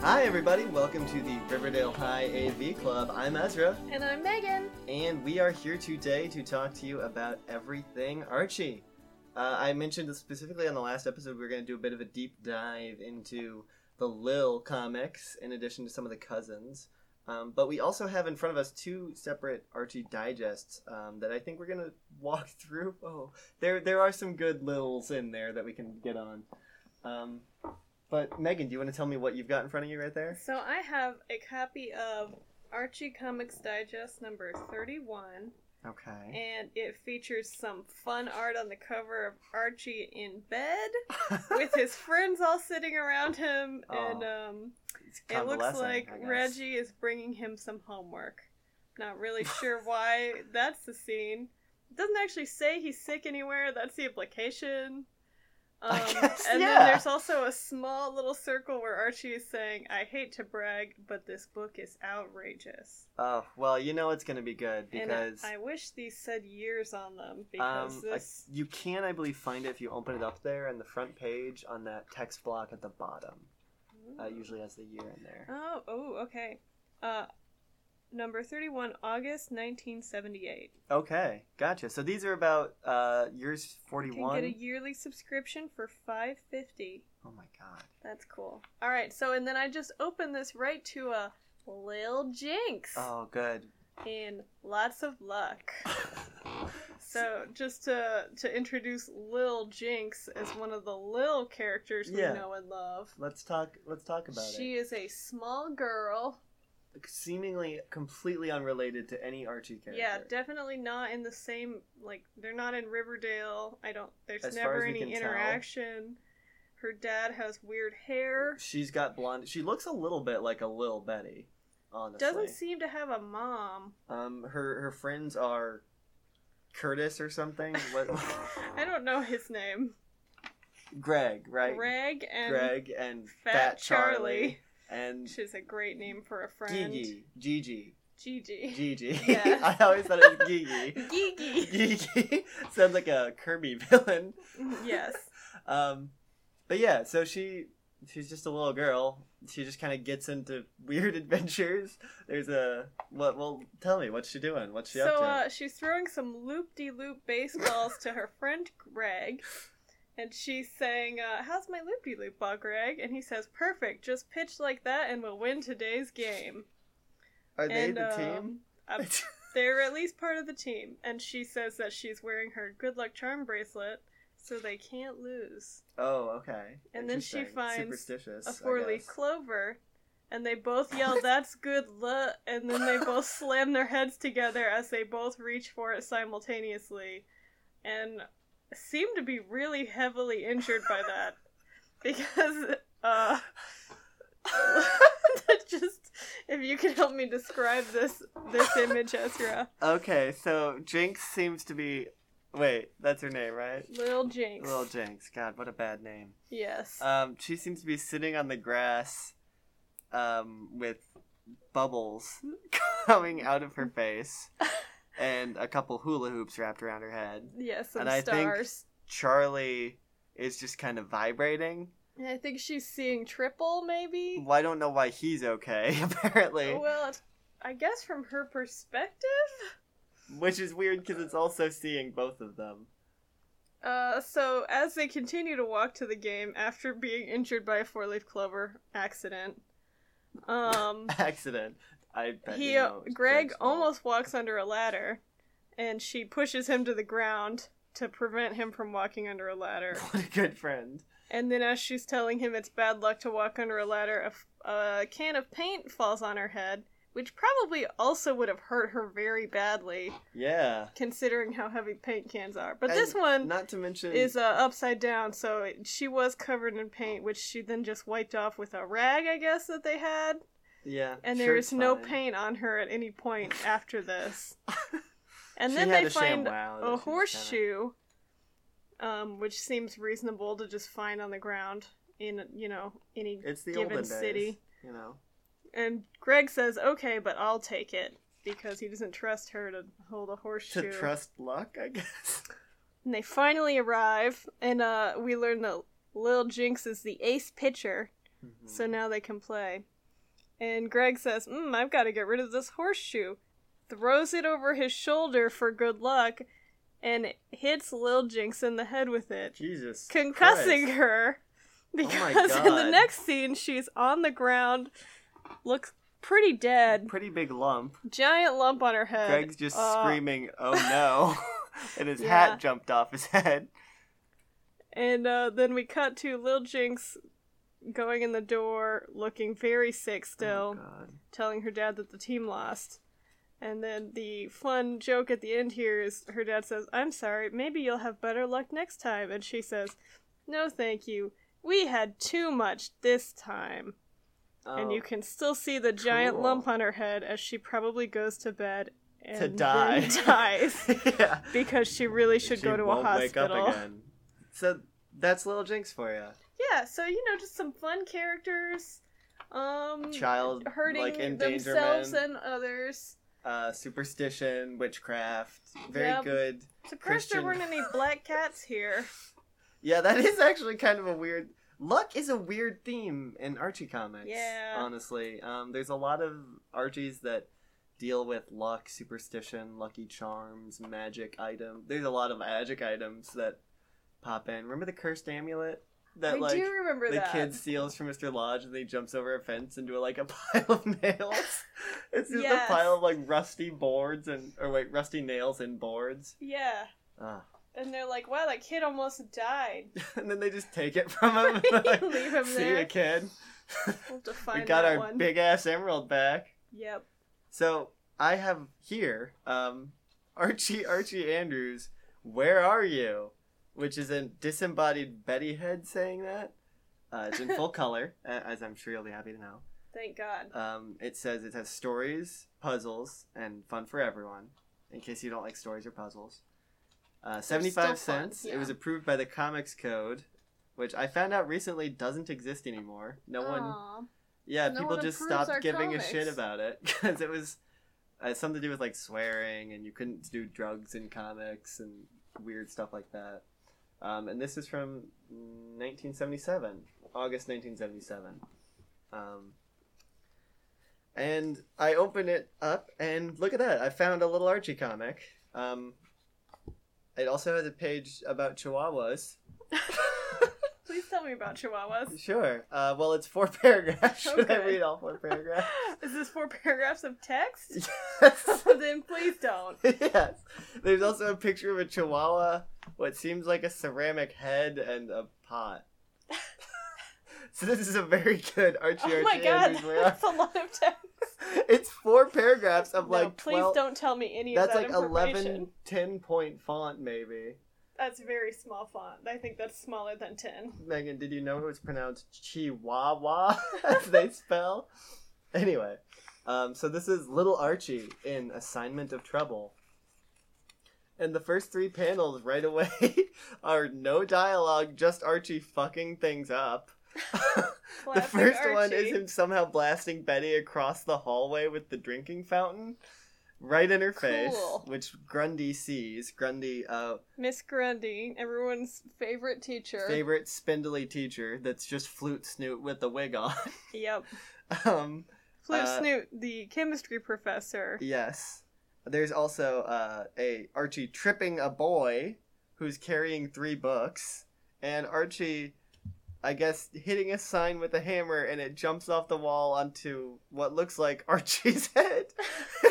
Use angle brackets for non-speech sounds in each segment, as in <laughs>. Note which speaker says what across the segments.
Speaker 1: Hi, everybody. Welcome to the Riverdale High AV Club. I'm Ezra,
Speaker 2: And I'm Megan.
Speaker 1: and we are here today to talk to you about everything Archie. Uh, I mentioned this specifically on the last episode, we are going to do a bit of a deep dive into the Lil comics, in addition to some of the cousins. Um, but we also have in front of us two separate Archie digests um, that I think we're going to walk <laughs> through. Oh, there there are some good Lils in there that we can get on. Um, but Megan, do you want to tell me what you've got in front of you right there?
Speaker 2: So I have a copy of Archie Comics Digest number 31,
Speaker 1: Okay.
Speaker 2: and it features some fun art on the cover of Archie in bed with his friends all sitting around him, and um,
Speaker 1: <laughs> It's
Speaker 2: it looks
Speaker 1: convalescent,
Speaker 2: like
Speaker 1: I guess.
Speaker 2: Reggie is bringing him some homework. Not really sure
Speaker 1: <laughs>
Speaker 2: why that's the scene. It doesn't actually say he's sick anywhere, that's the implication. Um,
Speaker 1: I guess,
Speaker 2: and
Speaker 1: yeah.
Speaker 2: then there's also a small little circle where Archie is saying, I hate to brag, but this book is outrageous.
Speaker 1: Oh well, you know it's gonna be good because
Speaker 2: and I, I wish these said years on them because
Speaker 1: um, I-
Speaker 2: this.
Speaker 1: you can, I believe, find it if you open it up there in the front page on that text block at the bottom. Uh, usually has the year in there.
Speaker 2: Oh, oh, okay. Uh, number 31, August 1978.
Speaker 1: Okay, gotcha. So these are about uh, years
Speaker 2: You can get a
Speaker 1: forty-one.
Speaker 2: yearly subscription for 550
Speaker 1: Oh my god.
Speaker 2: That's cool. All right, so and then I just opened this right to a Lil Jinx
Speaker 1: Oh
Speaker 2: <laughs>
Speaker 1: good.
Speaker 2: and lots of luck. So just to to introduce Lil Jinx as one of the Lil characters we
Speaker 1: Yeah.
Speaker 2: know and love.
Speaker 1: let's talk. Let's talk about
Speaker 2: She is a small girl.
Speaker 1: it. Seemingly completely unrelated to any Archie character.
Speaker 2: Yeah, definitely not in the same like they're not in Riverdale. I don't there's
Speaker 1: As far
Speaker 2: never
Speaker 1: as we
Speaker 2: any
Speaker 1: can tell.
Speaker 2: interaction. Her dad has weird hair.
Speaker 1: She's got blonde. She looks a little bit like a Lil Betty. Honestly.
Speaker 2: Doesn't seem to have a mom.
Speaker 1: Um, her her friends are Curtis or something. What? <laughs>
Speaker 2: I don't know his name.
Speaker 1: Greg, right?
Speaker 2: Greg and
Speaker 1: Greg and
Speaker 2: Fat
Speaker 1: Fat,
Speaker 2: Charlie.
Speaker 1: Charlie, and
Speaker 2: which is a great name for a friend.
Speaker 1: Gigi, Gigi,
Speaker 2: Gigi. <laughs>
Speaker 1: Gigi. <laughs>
Speaker 2: Yeah.
Speaker 1: I always thought it was Gigi.
Speaker 2: <laughs>
Speaker 1: <laughs>
Speaker 2: Gigi.
Speaker 1: Gigi sounds like a Kirby <laughs> villain.
Speaker 2: yes.
Speaker 1: Um, but yeah, so she she's just a little girl. She just kind of gets into weird <laughs> adventures. There's a what? Well, tell me what's she doing? What's she
Speaker 2: So
Speaker 1: up to?
Speaker 2: uh, she's throwing some loop-de-loop baseballs to her friend Greg, and she's saying, uh, "How's my loop-de-loop ball, Greg?" And he says, "Perfect. Just pitch like that, and we'll win today's game."
Speaker 1: Are they
Speaker 2: and,
Speaker 1: the team?
Speaker 2: um,
Speaker 1: <laughs>
Speaker 2: uh, they're at least part of the team, and she says that she's wearing her good luck charm bracelet, so they can't lose.
Speaker 1: oh, okay.
Speaker 2: and then she
Speaker 1: Interesting.
Speaker 2: finds
Speaker 1: superstitious.
Speaker 2: a
Speaker 1: I
Speaker 2: four-leaf
Speaker 1: guess.
Speaker 2: clover, and
Speaker 1: <laughs>
Speaker 2: they both yell, "That's good luck!" And then they both <laughs> slam their heads together as they both reach for it simultaneously, and seem to be really heavily injured by
Speaker 1: <laughs>
Speaker 2: that because uh, <laughs> that just if you can help me describe this this image, Ezra,
Speaker 1: Okay, so Jinx seems to be. Wait, that's her name, right?
Speaker 2: little Jinx,
Speaker 1: Little Jinx. God, what a bad name.
Speaker 2: yes,
Speaker 1: Um, she seems to be sitting on the grass, um, with bubbles <laughs> coming out of her
Speaker 2: <laughs>
Speaker 1: face, and a couple hula hoops wrapped around her head.
Speaker 2: yes, some
Speaker 1: and I think-
Speaker 2: stars.
Speaker 1: Charlie is just kind of vibrating.
Speaker 2: And I think she's seeing triple, maybe.
Speaker 1: Well, I don't know why he's okay, <laughs> apparently,
Speaker 2: Well, it's- I guess from her perspective.
Speaker 1: which is weird because it's also seeing both of them.
Speaker 2: Uh, so as they continue to walk to the game after being injured by a four-leaf clover accident,
Speaker 1: <laughs>
Speaker 2: um,
Speaker 1: Accident. I bet
Speaker 2: he uh,
Speaker 1: you know it's
Speaker 2: Greg
Speaker 1: Greg's fault.
Speaker 2: almost walks under a ladder, and she pushes him to the ground to prevent him from walking under a ladder.
Speaker 1: <laughs> What a good friend.
Speaker 2: And then as she's telling him it's bad luck to walk under a ladder, a f- a, can of paint falls on her head, which probably also would have hurt her very badly,
Speaker 1: Yeah.
Speaker 2: considering how heavy paint cans are. But
Speaker 1: And
Speaker 2: this one
Speaker 1: Not to mention,
Speaker 2: is uh, upside down, so it, she was covered in paint, which she then just wiped off with a rag, I guess, that they had.
Speaker 1: yeah,
Speaker 2: And there is
Speaker 1: shirt's
Speaker 2: no
Speaker 1: fine.
Speaker 2: paint on her at any point
Speaker 1: <laughs>
Speaker 2: after this. And
Speaker 1: She
Speaker 2: then
Speaker 1: had
Speaker 2: they
Speaker 1: a
Speaker 2: find
Speaker 1: ShamWow that she
Speaker 2: a
Speaker 1: was
Speaker 2: horseshoe, um, which seems reasonable to just find on the ground in you know any.
Speaker 1: It's the
Speaker 2: given
Speaker 1: olden days,
Speaker 2: city.
Speaker 1: you know.
Speaker 2: And Greg says, "Okay, but I'll take it." Because he doesn't trust her to hold a
Speaker 1: To
Speaker 2: horseshoe.
Speaker 1: trust luck, I
Speaker 2: <laughs>
Speaker 1: guess.
Speaker 2: And they finally arrive, and uh, we learn that Lil Jinx is the ace pitcher,
Speaker 1: Mhm.
Speaker 2: so now they can play. And Greg says, mm, I've got to get rid of this horseshoe. Throws it over his shoulder for good luck and hits Lil Jinx in the head with
Speaker 1: <laughs>
Speaker 2: it,
Speaker 1: Jesus.
Speaker 2: concussing <laughs>
Speaker 1: Christ. Oh
Speaker 2: her.
Speaker 1: my
Speaker 2: Because in the
Speaker 1: God.
Speaker 2: next scene, she's on the ground, looks pretty dead,
Speaker 1: Pretty big lump.
Speaker 2: giant lump on her head.
Speaker 1: Greg's just
Speaker 2: Uh,
Speaker 1: screaming, "Oh no!" <laughs> and his
Speaker 2: Yeah.
Speaker 1: hat jumped off his head.
Speaker 2: And uh, then we cut to Lil Jinx going in the door, looking very sick
Speaker 1: Oh,
Speaker 2: still,
Speaker 1: God.
Speaker 2: telling her dad that the team lost. And then the fun joke at the end here is her dad says, I'm sorry, maybe you'll have better luck next time. And she says, No, thank you. We had too much this time. And
Speaker 1: Oh,
Speaker 2: you can still see the giant
Speaker 1: cool.
Speaker 2: lump on her head as she probably goes to bed and
Speaker 1: To
Speaker 2: <laughs>
Speaker 1: die.
Speaker 2: then dies
Speaker 1: <laughs> yeah.
Speaker 2: because
Speaker 1: <laughs>
Speaker 2: she really should
Speaker 1: She
Speaker 2: go to a
Speaker 1: won't wake up
Speaker 2: hospital.
Speaker 1: again. So that's little Jinx for you.
Speaker 2: <laughs> yeah so you know just some fun characters um
Speaker 1: Child
Speaker 2: hurting
Speaker 1: like
Speaker 2: themselves
Speaker 1: endangerment,
Speaker 2: and others
Speaker 1: uh, superstition, witchcraft. Very
Speaker 2: Yep.
Speaker 1: good.
Speaker 2: surprised
Speaker 1: Christian-
Speaker 2: there
Speaker 1: <laughs>
Speaker 2: weren't any black cats here
Speaker 1: Yeah, that <laughs> is actually kind of a weird. Luck is a weird theme in Archie comics.
Speaker 2: Yeah.
Speaker 1: Honestly, um, there's a lot of Archies that deal with luck, superstition, lucky charms, magic item. There's a lot of magic items that pop in. Remember the cursed amulet <laughs> that
Speaker 2: i
Speaker 1: like
Speaker 2: do remember
Speaker 1: the
Speaker 2: that
Speaker 1: kid steals from Mr. Lodge and then he jumps over a fence into like a <laughs> pile of nails. it's just
Speaker 2: Yes.
Speaker 1: a pile of like rusty boards and or wait, rusty nails and boards.
Speaker 2: yeah
Speaker 1: Ah.
Speaker 2: and they're like wow that kid almost died
Speaker 1: <laughs> And then they just take it from him.
Speaker 2: <laughs>
Speaker 1: And they're like,
Speaker 2: Leave him
Speaker 1: See
Speaker 2: there."
Speaker 1: ya, kid. <laughs>
Speaker 2: we'll have to
Speaker 1: we
Speaker 2: find
Speaker 1: got
Speaker 2: that
Speaker 1: our
Speaker 2: one
Speaker 1: big ass emerald back.
Speaker 2: yep
Speaker 1: So I have here um, Archie Archie Andrews, where are you? Which is a disembodied Betty head saying that. Uh, it's in full
Speaker 2: <laughs>
Speaker 1: color, a- as I'm sure you'll be happy to know.
Speaker 2: thank god
Speaker 1: Um, it says it has stories, puzzles, and fun for everyone. In case you don't like stories or puzzles, uh,
Speaker 2: still
Speaker 1: seventy-five
Speaker 2: fun,
Speaker 1: cents.
Speaker 2: yeah.
Speaker 1: It was approved by the Comics Code, which I found out recently doesn't exist anymore. No one,
Speaker 2: Aw.
Speaker 1: yeah,
Speaker 2: No
Speaker 1: people
Speaker 2: one
Speaker 1: just
Speaker 2: approves our
Speaker 1: stopped giving
Speaker 2: comics.
Speaker 1: a shit about it <laughs> because it was uh, something to do with like swearing, and you couldn't do drugs in comics and weird stuff like that. Um, and this is from 1977, August 1977. Um, and I open it up, and look at that. I found a little Archie comic. Um, it also has a page about chihuahuas.
Speaker 2: please tell
Speaker 1: <laughs>
Speaker 2: me about chihuahuas
Speaker 1: Sure. Uh, well, it's four <laughs> paragraphs. Should I
Speaker 2: Okay.
Speaker 1: read all four paragraphs?
Speaker 2: <laughs> is this four paragraphs of text
Speaker 1: <laughs>
Speaker 2: <laughs>
Speaker 1: yes.
Speaker 2: then please don't
Speaker 1: yes. There's also a picture of a chihuahua, what seems like a ceramic head, and a pot. <laughs> so this is a very good Archie
Speaker 2: oh
Speaker 1: Archie
Speaker 2: my god
Speaker 1: Andrews. Where
Speaker 2: <laughs> that's a lot of text
Speaker 1: It's four paragraphs of
Speaker 2: no,
Speaker 1: like
Speaker 2: please
Speaker 1: 12.
Speaker 2: don't tell me any
Speaker 1: that's
Speaker 2: of
Speaker 1: like
Speaker 2: that information.
Speaker 1: 11, 10 point font, maybe.
Speaker 2: That's very small font. I think that's smaller than 10.
Speaker 1: Megan, did you know it was pronounced Chihuahua <laughs> as they spell? Anyway, um, so this is Little Archie in Assignment of Trouble. And the first three panels right away <laughs> are no dialogue, just Archie fucking things up. <laughs> <laughs> the
Speaker 2: Classic
Speaker 1: first one is
Speaker 2: Archie.
Speaker 1: him somehow blasting Betty across the hallway with the drinking fountain right in her face,
Speaker 2: Cool.
Speaker 1: which Grundy sees. Grundy, uh,
Speaker 2: Miss Grundy, everyone's favorite teacher.
Speaker 1: favorite spindly teacher that's just flute snoot with a wig on. <laughs>
Speaker 2: Yep.
Speaker 1: um,
Speaker 2: Flute
Speaker 1: Uh,
Speaker 2: Snoot, the chemistry professor.
Speaker 1: yes. There's also uh, a Archie tripping a boy who's carrying three books, and Archie, I guess, hitting a sign with a hammer, and it jumps off the wall onto what looks like <laughs> Archie's head. <laughs>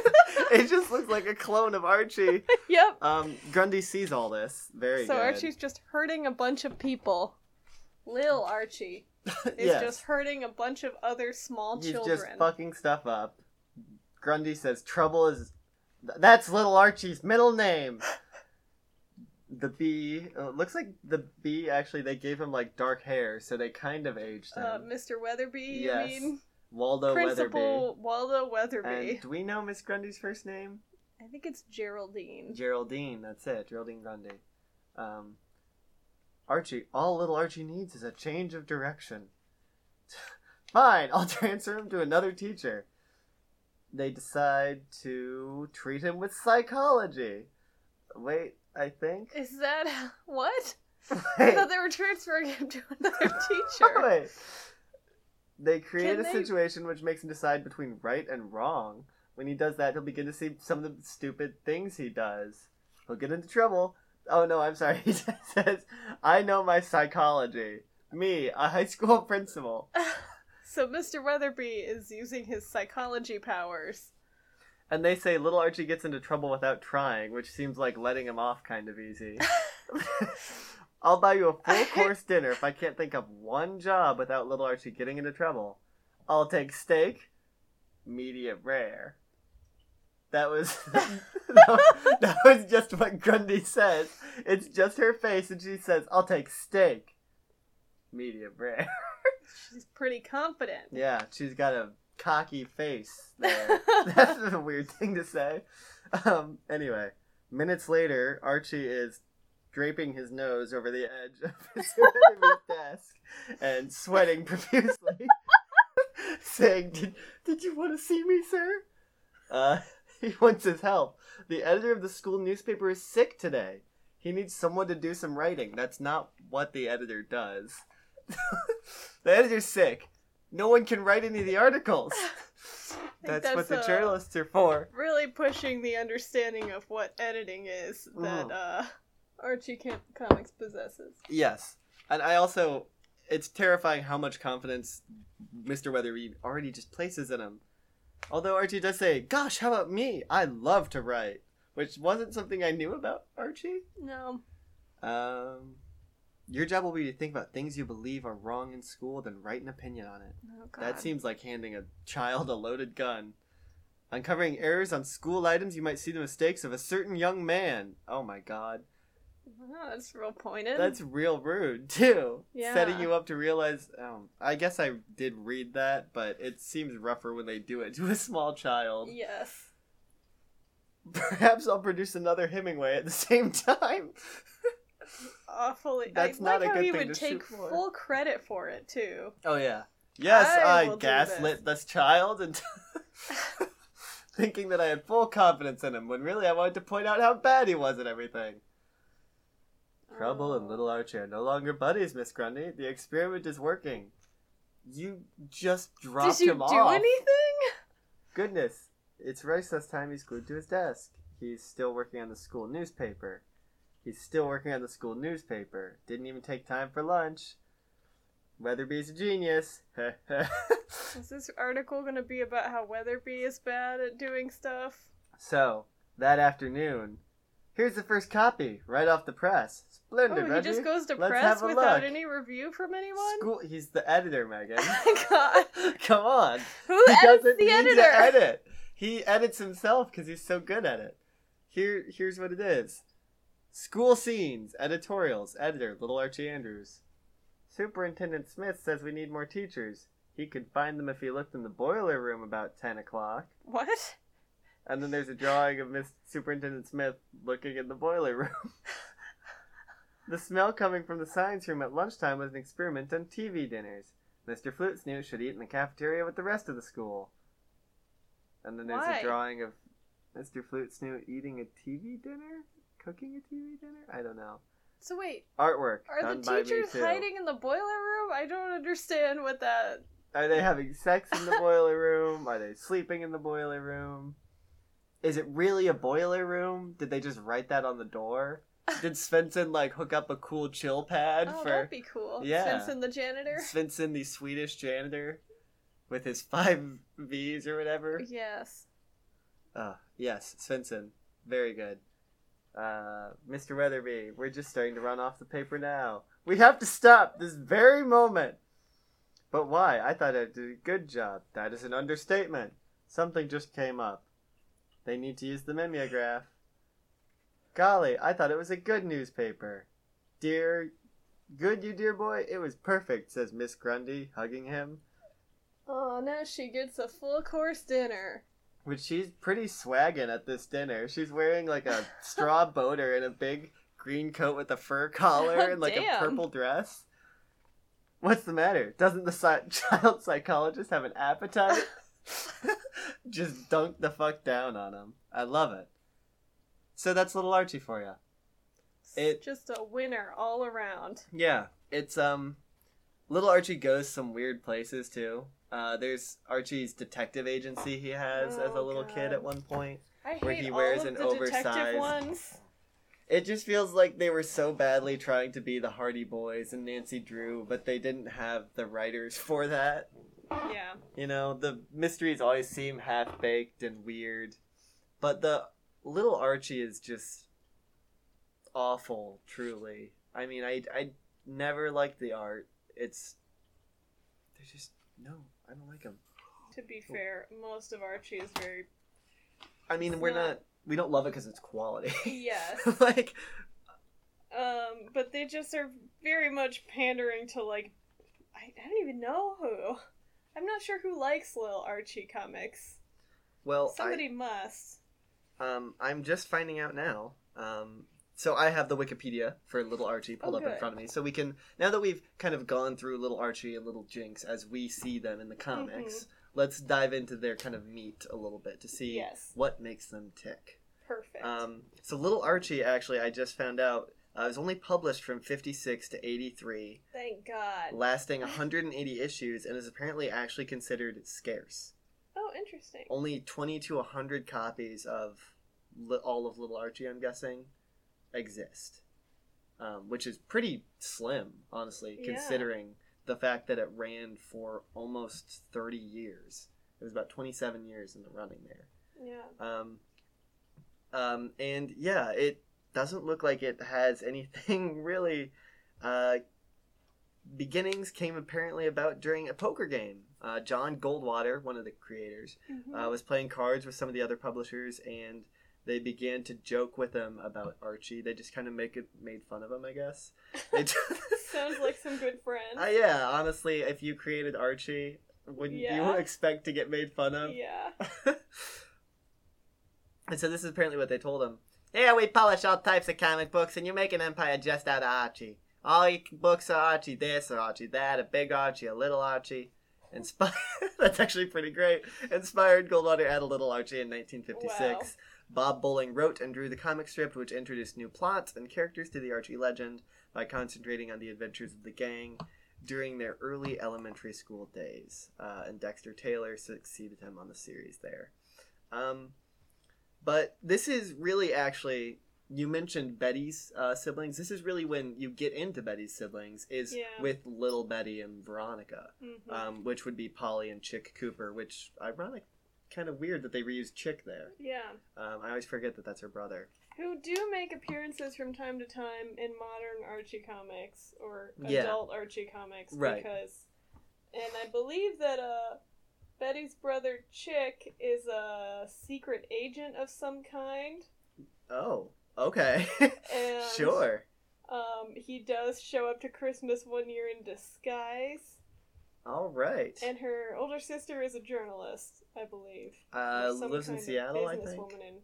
Speaker 1: it just looks like a clone of Archie.
Speaker 2: Yep.
Speaker 1: Um, Grundy sees all this. Very
Speaker 2: so
Speaker 1: good.
Speaker 2: Archie's just hurting a bunch of people. Lil
Speaker 1: <laughs>
Speaker 2: Archie is
Speaker 1: Yes.
Speaker 2: just hurting a bunch of other small
Speaker 1: He's
Speaker 2: children.
Speaker 1: just fucking stuff up. Grundy says trouble is. th- That's little Archie's middle name. The bee uh, looks like the bee. Actually, they gave him like dark hair, so they kind of aged him.
Speaker 2: uh, Mr. Weatherby,
Speaker 1: Yes.
Speaker 2: you mean?
Speaker 1: Waldo
Speaker 2: Principal Waldo
Speaker 1: Weatherby.
Speaker 2: Weatherby.
Speaker 1: And do we know Miss Grundy's first name?
Speaker 2: I think it's Geraldine.
Speaker 1: Geraldine. That's it. Geraldine Grundy. Um, Archie. All little Archie needs is a change of direction. <laughs> Fine, I'll <laughs> transfer him to another teacher. They decide to treat him with psychology. Wait, I think. <laughs>
Speaker 2: Is that <laughs> what? I
Speaker 1: Wait. <laughs>
Speaker 2: <laughs> thought they were transferring him to another teacher.
Speaker 1: Wait. They create
Speaker 2: Can
Speaker 1: a
Speaker 2: they-
Speaker 1: situation which makes him decide between right and wrong. When he does that, he'll begin to see some of the stupid things he does. He'll get into trouble. Oh no, I'm sorry. <laughs> He says, "I know my psychology. Me, a high school <laughs> principal."
Speaker 2: So Mr. Weatherby is using his psychology powers.
Speaker 1: And they say little Archie gets into trouble without trying, which seems like letting him off kind of easy. I'll buy you a full course dinner if I can't think of one job without little Archie getting into trouble. I'll take steak, medium rare. That was <laughs> that was just what Grundy says. It's just her face, and she says, "I'll take steak, medium rare." <laughs>
Speaker 2: She's pretty confident.
Speaker 1: Yeah, she's got a cocky face there. <laughs> That's a weird thing to say. Um, anyway, minutes later, Archie is draping his nose over the edge of his <laughs> enemy's desk and sweating profusely, <laughs> saying, did, did you want to see me, sir? Uh, <laughs> he wants his help. The editor of the school newspaper is sick today. He needs someone to do some writing. That's not what the editor does. <laughs> the editor's sick. No one can write any of the articles. <laughs> That's, what the
Speaker 2: that's, uh,
Speaker 1: journalists are for.
Speaker 2: <laughs> Really pushing the understanding of what editing is that
Speaker 1: Mhm.
Speaker 2: uh, Archie Camp Comics possesses.
Speaker 1: Yes. And I also, it's terrifying how much confidence Mr. Weatherby already just places in him. Although Archie does say, Gosh, how about me? I love to write, which wasn't something I knew about Archie.
Speaker 2: No.
Speaker 1: Um, your job will be to think about things you believe are wrong in school, then write an opinion on it.
Speaker 2: Oh, God.
Speaker 1: That seems like handing a child a loaded gun. Uncovering errors on school items, you might see the mistakes of a certain young man. Oh my god.
Speaker 2: Oh, that's real pointed.
Speaker 1: That's real rude, <laughs> too.
Speaker 2: Yeah.
Speaker 1: Setting you up to realize. Um, I guess I did read that, but it seems rougher when they do it to a small child.
Speaker 2: Yes.
Speaker 1: <laughs> Perhaps I'll produce another Hemingway at the same <laughs> time.
Speaker 2: Awfully.
Speaker 1: That's
Speaker 2: I
Speaker 1: not
Speaker 2: like
Speaker 1: a
Speaker 2: how
Speaker 1: good
Speaker 2: he
Speaker 1: thing
Speaker 2: would
Speaker 1: to shoot
Speaker 2: take
Speaker 1: for.
Speaker 2: full credit for it, too.
Speaker 1: Oh, yeah. Yes,
Speaker 2: I
Speaker 1: I,
Speaker 2: will do
Speaker 1: gaslit this child and. <laughs> thinking that I had full confidence in him when really I wanted to point out how bad he was at everything. Trouble and
Speaker 2: Oh.
Speaker 1: Little Archie are no longer buddies, Miss Grundy. The experiment is working. You just dropped
Speaker 2: Um, Did you
Speaker 1: him
Speaker 2: do
Speaker 1: off.
Speaker 2: anything?
Speaker 1: Goodness, it's recess time. He's glued to his desk. He's still working on the school newspaper. He's still working on the school newspaper. Didn't even take time for lunch. Weatherby's a genius. <laughs>
Speaker 2: Is this article going to be about how Weatherby is bad at doing stuff?
Speaker 1: so, that afternoon, here's the first copy right off the press. Splendid,
Speaker 2: Oh, he
Speaker 1: Reggie.
Speaker 2: just goes to
Speaker 1: Let's
Speaker 2: press
Speaker 1: have a
Speaker 2: without
Speaker 1: look.
Speaker 2: any review from <laughs> anyone? Oh
Speaker 1: School. He's the editor, Megan.
Speaker 2: <laughs> God.
Speaker 1: <laughs> Come on.
Speaker 2: Who
Speaker 1: he
Speaker 2: edits
Speaker 1: doesn't
Speaker 2: the
Speaker 1: need
Speaker 2: editor?
Speaker 1: to edit. He edits himself because he's so good at it. Here, here's what it is: school scenes, editorials, editor Little Archie Andrews. Superintendent Smith says we need more teachers. He could find them if he looked in the boiler room about ten o'clock.
Speaker 2: What?
Speaker 1: And then there's a drawing of Miss Superintendent Smith looking in the boiler
Speaker 2: <laughs>
Speaker 1: room. the smell coming from the science room at lunchtime was an experiment on TV dinners. Mr. Flutesnoot should eat in the cafeteria with the rest of the school. And then there's
Speaker 2: Why?
Speaker 1: a drawing of Mr. Flutesnoot eating a TV dinner? Cooking a TV dinner? I don't know.
Speaker 2: So wait,
Speaker 1: Artwork.
Speaker 2: are
Speaker 1: done
Speaker 2: the teachers
Speaker 1: by me too.
Speaker 2: hiding in the boiler room? I don't understand what that.
Speaker 1: Are they having sex in the boiler room? Are they sleeping in the boiler room? Is it really a boiler room? Did they just write that on the door? Did Svensson like hook up a cool chill pad
Speaker 2: Oh,
Speaker 1: for
Speaker 2: that'd be cool.
Speaker 1: Yeah.
Speaker 2: Svensson the janitor. <laughs>
Speaker 1: Svensson, the Swedish janitor, with his five V's or whatever?
Speaker 2: Yes.
Speaker 1: Uh, yes, Svensson, very good. Uh, Mr. Weatherby, we're just starting to run off the paper now. We have to stop this very moment. But why? I thought I did a good job. That is an understatement. Something just came up. They need to use the mimeograph. Golly, I thought it was a good newspaper. Dear, good you dear boy, it was perfect, says Miss Grundy, hugging him.
Speaker 2: Oh, now she gets a full course dinner.
Speaker 1: Which she's pretty swaggin' at this dinner. She's wearing like
Speaker 2: <laughs>
Speaker 1: a straw boater and a big green coat with a fur collar and like
Speaker 2: Oh, Damn.
Speaker 1: a purple dress. What's the matter? Doesn't the si- <laughs> child psychologist have an
Speaker 2: <laughs>
Speaker 1: appetite? <laughs> Just dunk the fuck down on him. I love it. So that's little Archie for you.
Speaker 2: It's
Speaker 1: It-
Speaker 2: just a winner all around.
Speaker 1: Yeah, it's um Little Archie goes some weird places too. Uh, there's Archie's detective agency he has as a
Speaker 2: Oh,
Speaker 1: little
Speaker 2: God.
Speaker 1: kid at one point.
Speaker 2: I
Speaker 1: Where
Speaker 2: hate
Speaker 1: he wears
Speaker 2: all of
Speaker 1: an
Speaker 2: the
Speaker 1: oversized-
Speaker 2: detective ones.
Speaker 1: It just feels like they were so badly trying to be the Hardy Boys and Nancy Drew, but they didn't have the writers for that.
Speaker 2: Yeah.
Speaker 1: You know, the mysteries always seem half baked and weird, but the little Archie is just awful, truly. I mean, I, I never liked the art. It's. They're just. No, I don't like them.
Speaker 2: To be fair, most of Archie is very
Speaker 1: I mean,
Speaker 2: It's
Speaker 1: we're
Speaker 2: not-
Speaker 1: not. We don't love it because it's quality.
Speaker 2: yes.
Speaker 1: <laughs> like,
Speaker 2: Um, but they just are very much pandering to like I, I don't even know who. I'm not sure who likes Lil Archie comics.
Speaker 1: well, I-
Speaker 2: Somebody must.
Speaker 1: Um, I'm just finding out now. Um, so I have the Wikipedia for Little Archie pulled
Speaker 2: Oh,
Speaker 1: up in
Speaker 2: good.
Speaker 1: front of me, so we can now that we've kind of gone through Little Archie and Little Jinx as we see them in the comics. Let's dive into their kind of meat a little bit to see
Speaker 2: Yes.
Speaker 1: what makes them tick.
Speaker 2: Perfect.
Speaker 1: Um, so Little Archie, actually, I just found out, uh, was only published from '56 to '83,
Speaker 2: Thank God.
Speaker 1: lasting 180 issues, and is apparently actually considered scarce.
Speaker 2: Oh, interesting.
Speaker 1: only 20 to 100 copies of li- all of Little Archie, I'm guessing, exist. Um, which is pretty slim, honestly,
Speaker 2: Yeah.
Speaker 1: considering the fact that it ran for almost 30 years. It was about 27 years in the running there.
Speaker 2: Yeah.
Speaker 1: Um, um, and yeah, it doesn't look like it has anything <laughs> really. Uh, beginnings came apparently about during a poker game. Uh, John Goldwater, one of the creators,
Speaker 2: Mhm.
Speaker 1: uh, was playing cards with some of the other publishers and they began to joke with him about Archie. They just kind of make it made fun of him, I guess. They t-
Speaker 2: <laughs> Sounds like some good friends.
Speaker 1: <laughs> Uh, yeah, honestly, if you created Archie, wouldn't
Speaker 2: Yeah.
Speaker 1: you expect to get made fun of? <laughs>
Speaker 2: yeah.
Speaker 1: and so this is apparently what they told him. Yeah, we publish all types of comic books, and you make an empire just out of Archie. All your books are Archie this, or Archie that, a big Archie, a little Archie. Inspired, <laughs> that's actually pretty great. Inspired Goldwater at a little Archie in 1956. Bob Bowling wrote and drew the comic strip, which introduced new plots and characters to the Archie legend by concentrating on the adventures of the gang during their early elementary school days. Uh, and Dexter Taylor succeeded him on the series there. Um, but this is really actually, you mentioned Betty's uh, siblings. This is really when you get into Betty's siblings, is
Speaker 2: Yeah.
Speaker 1: with little Betty and Veronica,
Speaker 2: Mhm.
Speaker 1: um, which would be Polly and Chick Cooper, which, ironic, kind of weird that they reused Chick there.
Speaker 2: yeah.
Speaker 1: Um, I always forget that that's her brother.
Speaker 2: Who do make appearances from time to time in modern Archie comics or
Speaker 1: Yeah.
Speaker 2: adult Archie comics
Speaker 1: Right.
Speaker 2: because and I believe that uh Betty's brother Chick is a secret agent of some kind.
Speaker 1: Oh, okay. <laughs>
Speaker 2: And
Speaker 1: sure.
Speaker 2: um he does show up to Christmas one year in disguise.
Speaker 1: All right.
Speaker 2: And her older sister is a journalist, I believe.
Speaker 1: Uh,
Speaker 2: Or some
Speaker 1: lives in
Speaker 2: kind of
Speaker 1: Seattle, I think.
Speaker 2: businesswoman in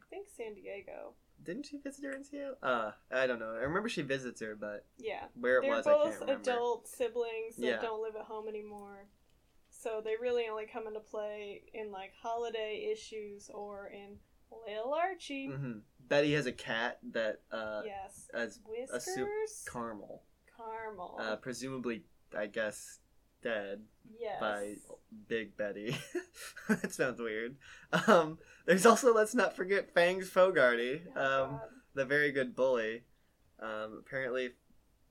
Speaker 2: I think San Diego.
Speaker 1: Didn't she visit her in Seattle? Uh, I don't know. I remember she visits her, but
Speaker 2: Yeah.
Speaker 1: where it
Speaker 2: They're
Speaker 1: was, I
Speaker 2: both
Speaker 1: can't remember.
Speaker 2: adult siblings that
Speaker 1: Yeah.
Speaker 2: don't live at home anymore. So they really only come into play in like holiday issues or in Lil Archie.
Speaker 1: Mhm. Betty has a cat that uh,
Speaker 2: yes.
Speaker 1: as
Speaker 2: Whiskers?
Speaker 1: su- Carmel,
Speaker 2: Caramel.
Speaker 1: uh, presumably, I guess, dead
Speaker 2: yes.
Speaker 1: by Big Betty. <laughs> that sounds weird. Um, there's also let's not forget Fangs Fogarty.
Speaker 2: Oh,
Speaker 1: um,
Speaker 2: God.
Speaker 1: the very good bully. Um, apparently,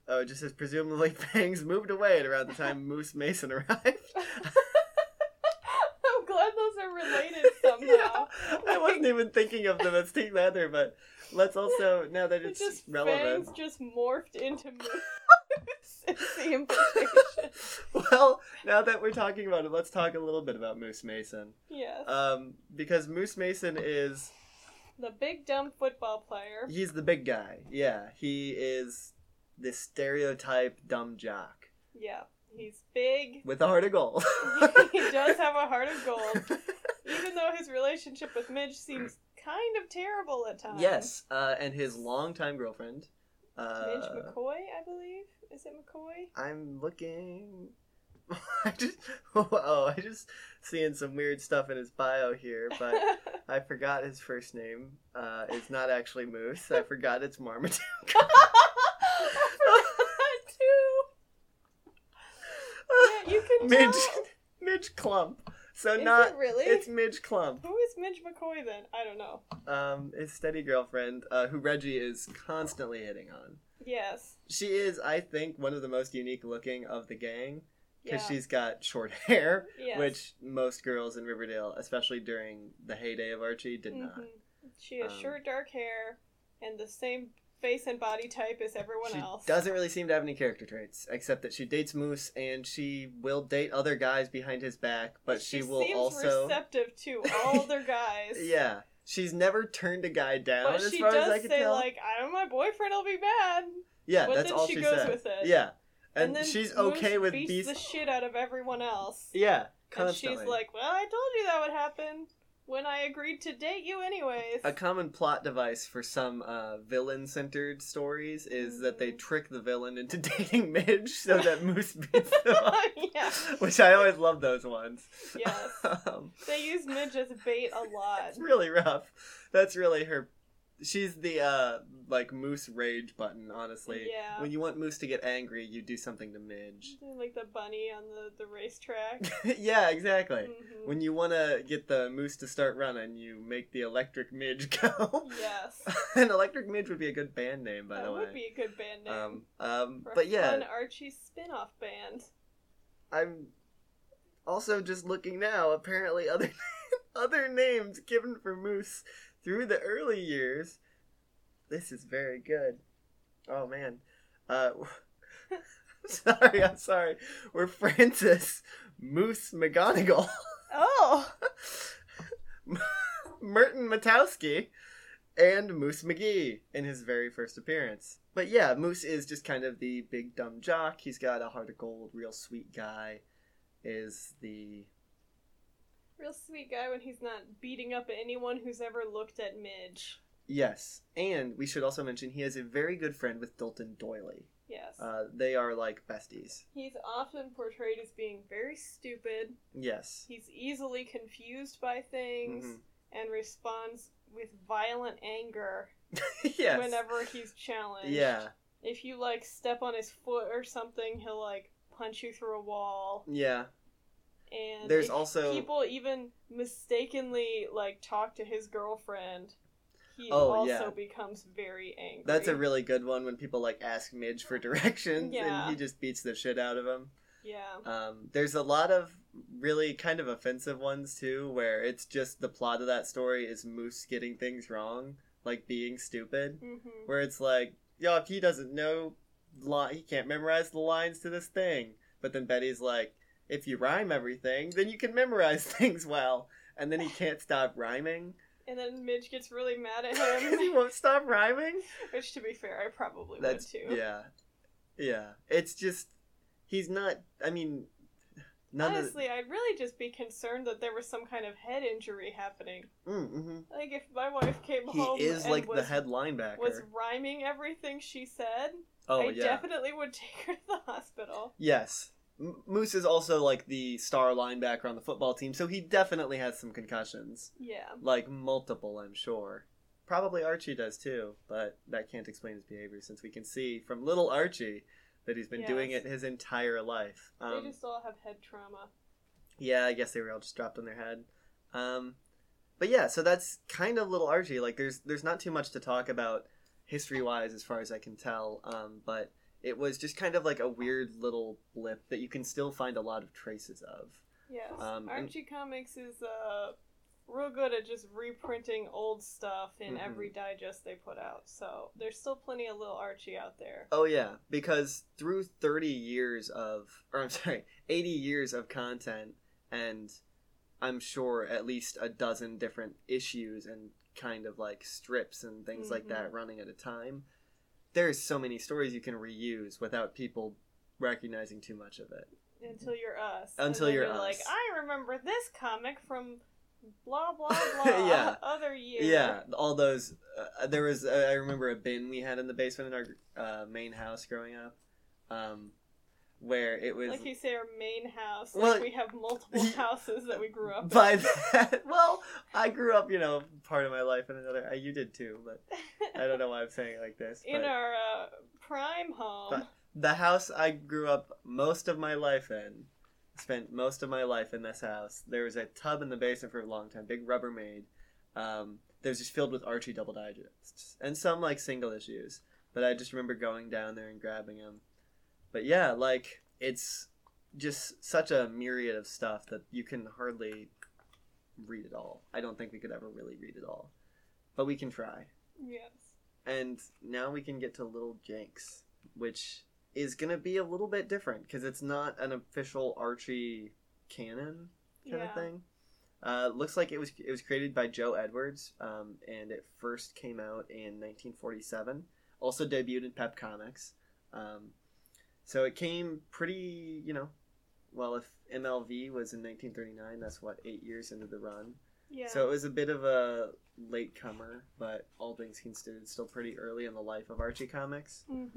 Speaker 1: oh, it just says presumably <laughs> Fangs moved away at around the time Moose Mason
Speaker 2: <laughs>
Speaker 1: arrived.
Speaker 2: <laughs> I'm glad those are related somehow.
Speaker 1: <laughs> Yeah, I wasn't even thinking of them as together, but let's
Speaker 2: <laughs>
Speaker 1: also now that
Speaker 2: It
Speaker 1: it's
Speaker 2: just
Speaker 1: relevant.
Speaker 2: Fangs just morphed into moose. <laughs> it's the implication.
Speaker 1: <laughs> <laughs> well, now that we're talking about it, let's talk a little bit about Moose Mason,
Speaker 2: Yes.
Speaker 1: um, because Moose Mason is.
Speaker 2: the big dumb football player.
Speaker 1: He's the big guy. Yeah, he is the stereotype dumb jock
Speaker 2: Yeah. He's big.
Speaker 1: with a heart of gold. <laughs>
Speaker 2: he does have a heart of <laughs> gold, even though his relationship with Midge seems kind of terrible at times.
Speaker 1: Yes, uh, and his longtime girlfriend.
Speaker 2: Midge
Speaker 1: Uh,
Speaker 2: McCoy, I believe. Is it McCoy?
Speaker 1: I'm looking. <laughs> I just <laughs> oh, I just seeing some weird stuff in his bio here, but
Speaker 2: <laughs>
Speaker 1: I forgot his first name. Uh, it's not actually Moose. I
Speaker 2: <laughs>
Speaker 1: forgot it's Marmaduke.
Speaker 2: I forgot too.
Speaker 1: <laughs>
Speaker 2: can tell.
Speaker 1: Midge, Midge Clump. So
Speaker 2: Is
Speaker 1: not.
Speaker 2: it really?
Speaker 1: It's Midge Clump.
Speaker 2: Who is Midge McCoy then? I don't know.
Speaker 1: Um, his steady girlfriend, uh, who Reggie is constantly hitting on.
Speaker 2: Yes.
Speaker 1: She is, I think, one of the most unique looking of the gang
Speaker 2: Yeah.
Speaker 1: because she's got short <laughs> hair,
Speaker 2: yes.
Speaker 1: which most girls in Riverdale, especially during the heyday of Archie, did not.
Speaker 2: Mhm. She has
Speaker 1: Um,
Speaker 2: short dark hair and the same face and body type as everyone
Speaker 1: she
Speaker 2: else.
Speaker 1: doesn't really seem to have any character traits except that she dates Moose and she will date other guys behind his back, but she, will
Speaker 2: seems
Speaker 1: also
Speaker 2: receptive to all other guys.
Speaker 1: <laughs> yeah. She's never turned a guy down
Speaker 2: But
Speaker 1: as
Speaker 2: she
Speaker 1: far
Speaker 2: does
Speaker 1: as I can
Speaker 2: say
Speaker 1: tell.
Speaker 2: like, "I don't. My boyfriend will be mad."
Speaker 1: yeah,
Speaker 2: but
Speaker 1: that's
Speaker 2: then
Speaker 1: all
Speaker 2: she
Speaker 1: she,
Speaker 2: goes
Speaker 1: said.
Speaker 2: with it.
Speaker 1: Yeah, and,
Speaker 2: then
Speaker 1: she's
Speaker 2: Moose
Speaker 1: okay with
Speaker 2: beats
Speaker 1: beast.
Speaker 2: the shit out of everyone else.
Speaker 1: yeah,
Speaker 2: and
Speaker 1: constantly.
Speaker 2: she's like, "Well, I told you that would happen when I agreed to date you, anyways."
Speaker 1: a common plot device for some uh, villain-centered stories is that they
Speaker 2: Mhm.
Speaker 1: trick the villain into <laughs> dating Midge so
Speaker 2: <laughs>
Speaker 1: that Moose beats them up.
Speaker 2: <laughs> yeah,
Speaker 1: Which I always love those ones.
Speaker 2: Yes.
Speaker 1: <laughs> um,
Speaker 2: they use Midge as bait a lot.
Speaker 1: it's really rough. That's really her. She's the uh like moose rage button. Honestly,
Speaker 2: Yeah.
Speaker 1: when you want moose to get angry, you do something to Midge. <laughs>
Speaker 2: Like the bunny on the, the racetrack.
Speaker 1: yeah, exactly.
Speaker 2: Mhm.
Speaker 1: When you want to get the moose to start running, you make the electric midge <laughs> go.
Speaker 2: Yes.
Speaker 1: and electric midge would be a good band name, <laughs> by
Speaker 2: that
Speaker 1: the way.
Speaker 2: would be a good band name.
Speaker 1: um, um,
Speaker 2: for a
Speaker 1: but yeah,
Speaker 2: fun Archie spin-off band.
Speaker 1: I'm also just looking now. Apparently, other <laughs> other names given for moose through the early years. This is very good. Oh man, uh, <laughs> I'm sorry, I'm sorry. We're Francis Moose McGonagall,
Speaker 2: Oh,
Speaker 1: Merton Matowski, and Moose McGee in his very first appearance. But yeah, Moose is just kind of the big dumb jock. He's got a heart of gold, real sweet guy. Is the
Speaker 2: real sweet guy when he's not beating up anyone who's ever looked at Midge.
Speaker 1: Yes, and we should also mention he has a very good friend with Dalton Doily.
Speaker 2: Yes.
Speaker 1: Uh, they are like besties.
Speaker 2: He's often portrayed as being very stupid.
Speaker 1: Yes, <laughs>
Speaker 2: He's easily confused by things
Speaker 1: Mhm.
Speaker 2: and responds with violent anger
Speaker 1: yes,
Speaker 2: whenever he's challenged.
Speaker 1: yeah,
Speaker 2: If you like step on his foot or something, he'll like punch you through a wall.
Speaker 1: yeah.
Speaker 2: And
Speaker 1: There's
Speaker 2: if
Speaker 1: also-
Speaker 2: people even mistakenly like talk to his girlfriend. He
Speaker 1: Oh,
Speaker 2: also
Speaker 1: yeah.
Speaker 2: becomes very angry.
Speaker 1: That's a really good one when people like ask Midge for directions,
Speaker 2: Yeah.
Speaker 1: and he just beats the shit out of him.
Speaker 2: yeah.
Speaker 1: Um, there's a lot of really kind of offensive ones too, where it's just the plot of that story is Moose getting things wrong, like being stupid.
Speaker 2: Mm-hmm.
Speaker 1: where it's like, yo, if he doesn't know, li- he can't memorize the lines to this thing. But then Betty's like, if you rhyme everything, then you can memorize <laughs> things well. And then he can't stop
Speaker 2: <laughs>
Speaker 1: rhyming.
Speaker 2: And then Midge gets really mad at
Speaker 1: 'Cause <laughs> he
Speaker 2: him,
Speaker 1: won't stop rhyming.
Speaker 2: which, to be fair, I probably
Speaker 1: That's
Speaker 2: would too.
Speaker 1: yeah, yeah. It's just he's not. I mean, none
Speaker 2: Honestly, I'd really just be concerned that there was some kind of head injury happening.
Speaker 1: of. Mm, mhm.
Speaker 2: Like if my wife came home
Speaker 1: He is
Speaker 2: and
Speaker 1: like
Speaker 2: was,
Speaker 1: the head linebacker.
Speaker 2: was rhyming everything she said,
Speaker 1: oh
Speaker 2: I
Speaker 1: yeah.
Speaker 2: definitely would take her to the hospital.
Speaker 1: Yes. M- Moose is also like the star linebacker on the football team, so he definitely has some concussions.
Speaker 2: Yeah.
Speaker 1: like multiple i'm sure probably archie does too but that can't explain his behavior since we can see from little archie that he's been doing
Speaker 2: Yes.
Speaker 1: it his entire life um,
Speaker 2: they just all have head trauma.
Speaker 1: yeah i guess they were all just dropped on their head um, but yeah so that's kind of little archie like there's there's not too much to talk about history wise as far as i can tell um, but it was just kind of like a weird little blip that you can still find a lot of traces of
Speaker 2: Yes.
Speaker 1: Um, and-
Speaker 2: Archie Comics is uh real good at just reprinting old stuff in
Speaker 1: Mhm.
Speaker 2: every digest they put out. So there's still plenty of little Archie out there.
Speaker 1: Oh yeah, because through 30 years of or I'm <laughs> sorry, 80 years of content and I'm sure at least a dozen different issues and kind of like strips and things like
Speaker 2: Mhm.
Speaker 1: that running at a time. There's so many stories you can reuse without people recognizing too much of it.
Speaker 2: Until you're us.
Speaker 1: Until
Speaker 2: and then
Speaker 1: you're
Speaker 2: like,
Speaker 1: us.
Speaker 2: I remember this comic from blah
Speaker 1: <laughs>
Speaker 2: blah blah
Speaker 1: Yeah.
Speaker 2: other year.
Speaker 1: Yeah, all those uh, there was uh, I remember a bin we had in the basement in our uh, main house growing up. Um where it was
Speaker 2: Like you say, our main house. Like
Speaker 1: Well,
Speaker 2: we
Speaker 1: <laughs>
Speaker 2: have multiple
Speaker 1: y-
Speaker 2: houses that we grew up
Speaker 1: by that <laughs> well i grew up you know part of my life in another uh, you did too but i don't know why i'm saying it like this
Speaker 2: in.
Speaker 1: but
Speaker 2: <laughs> In our uh, prime home.
Speaker 1: But- the house i grew up most of my life in Spent most of my life in this house. There was a tub in the basement for a long time, big Rubbermaid. Um, that was just filled with Archie double digests and some like single issues. But I just remember going down there and grabbing them. But yeah, like it's just such a myriad of stuff that you can hardly read it all. I don't think we could ever really read it all, but we can try.
Speaker 2: Yes.
Speaker 1: And now we can get to Little Jenks, which is going to be a little bit different because it's not an official Archie canon kind
Speaker 2: yeah.
Speaker 1: of thing. Uh, looks like it was it was created by Joe Edwards, um, and it first came out in 1947. Also debuted in Pep Comics, um, so it came pretty you know, well if MLV was in 1939, that's what eight years into the run.
Speaker 2: Yeah.
Speaker 1: So it was a bit of a latecomer, but all things considered, still pretty early in the life of Archie Comics.
Speaker 2: hmm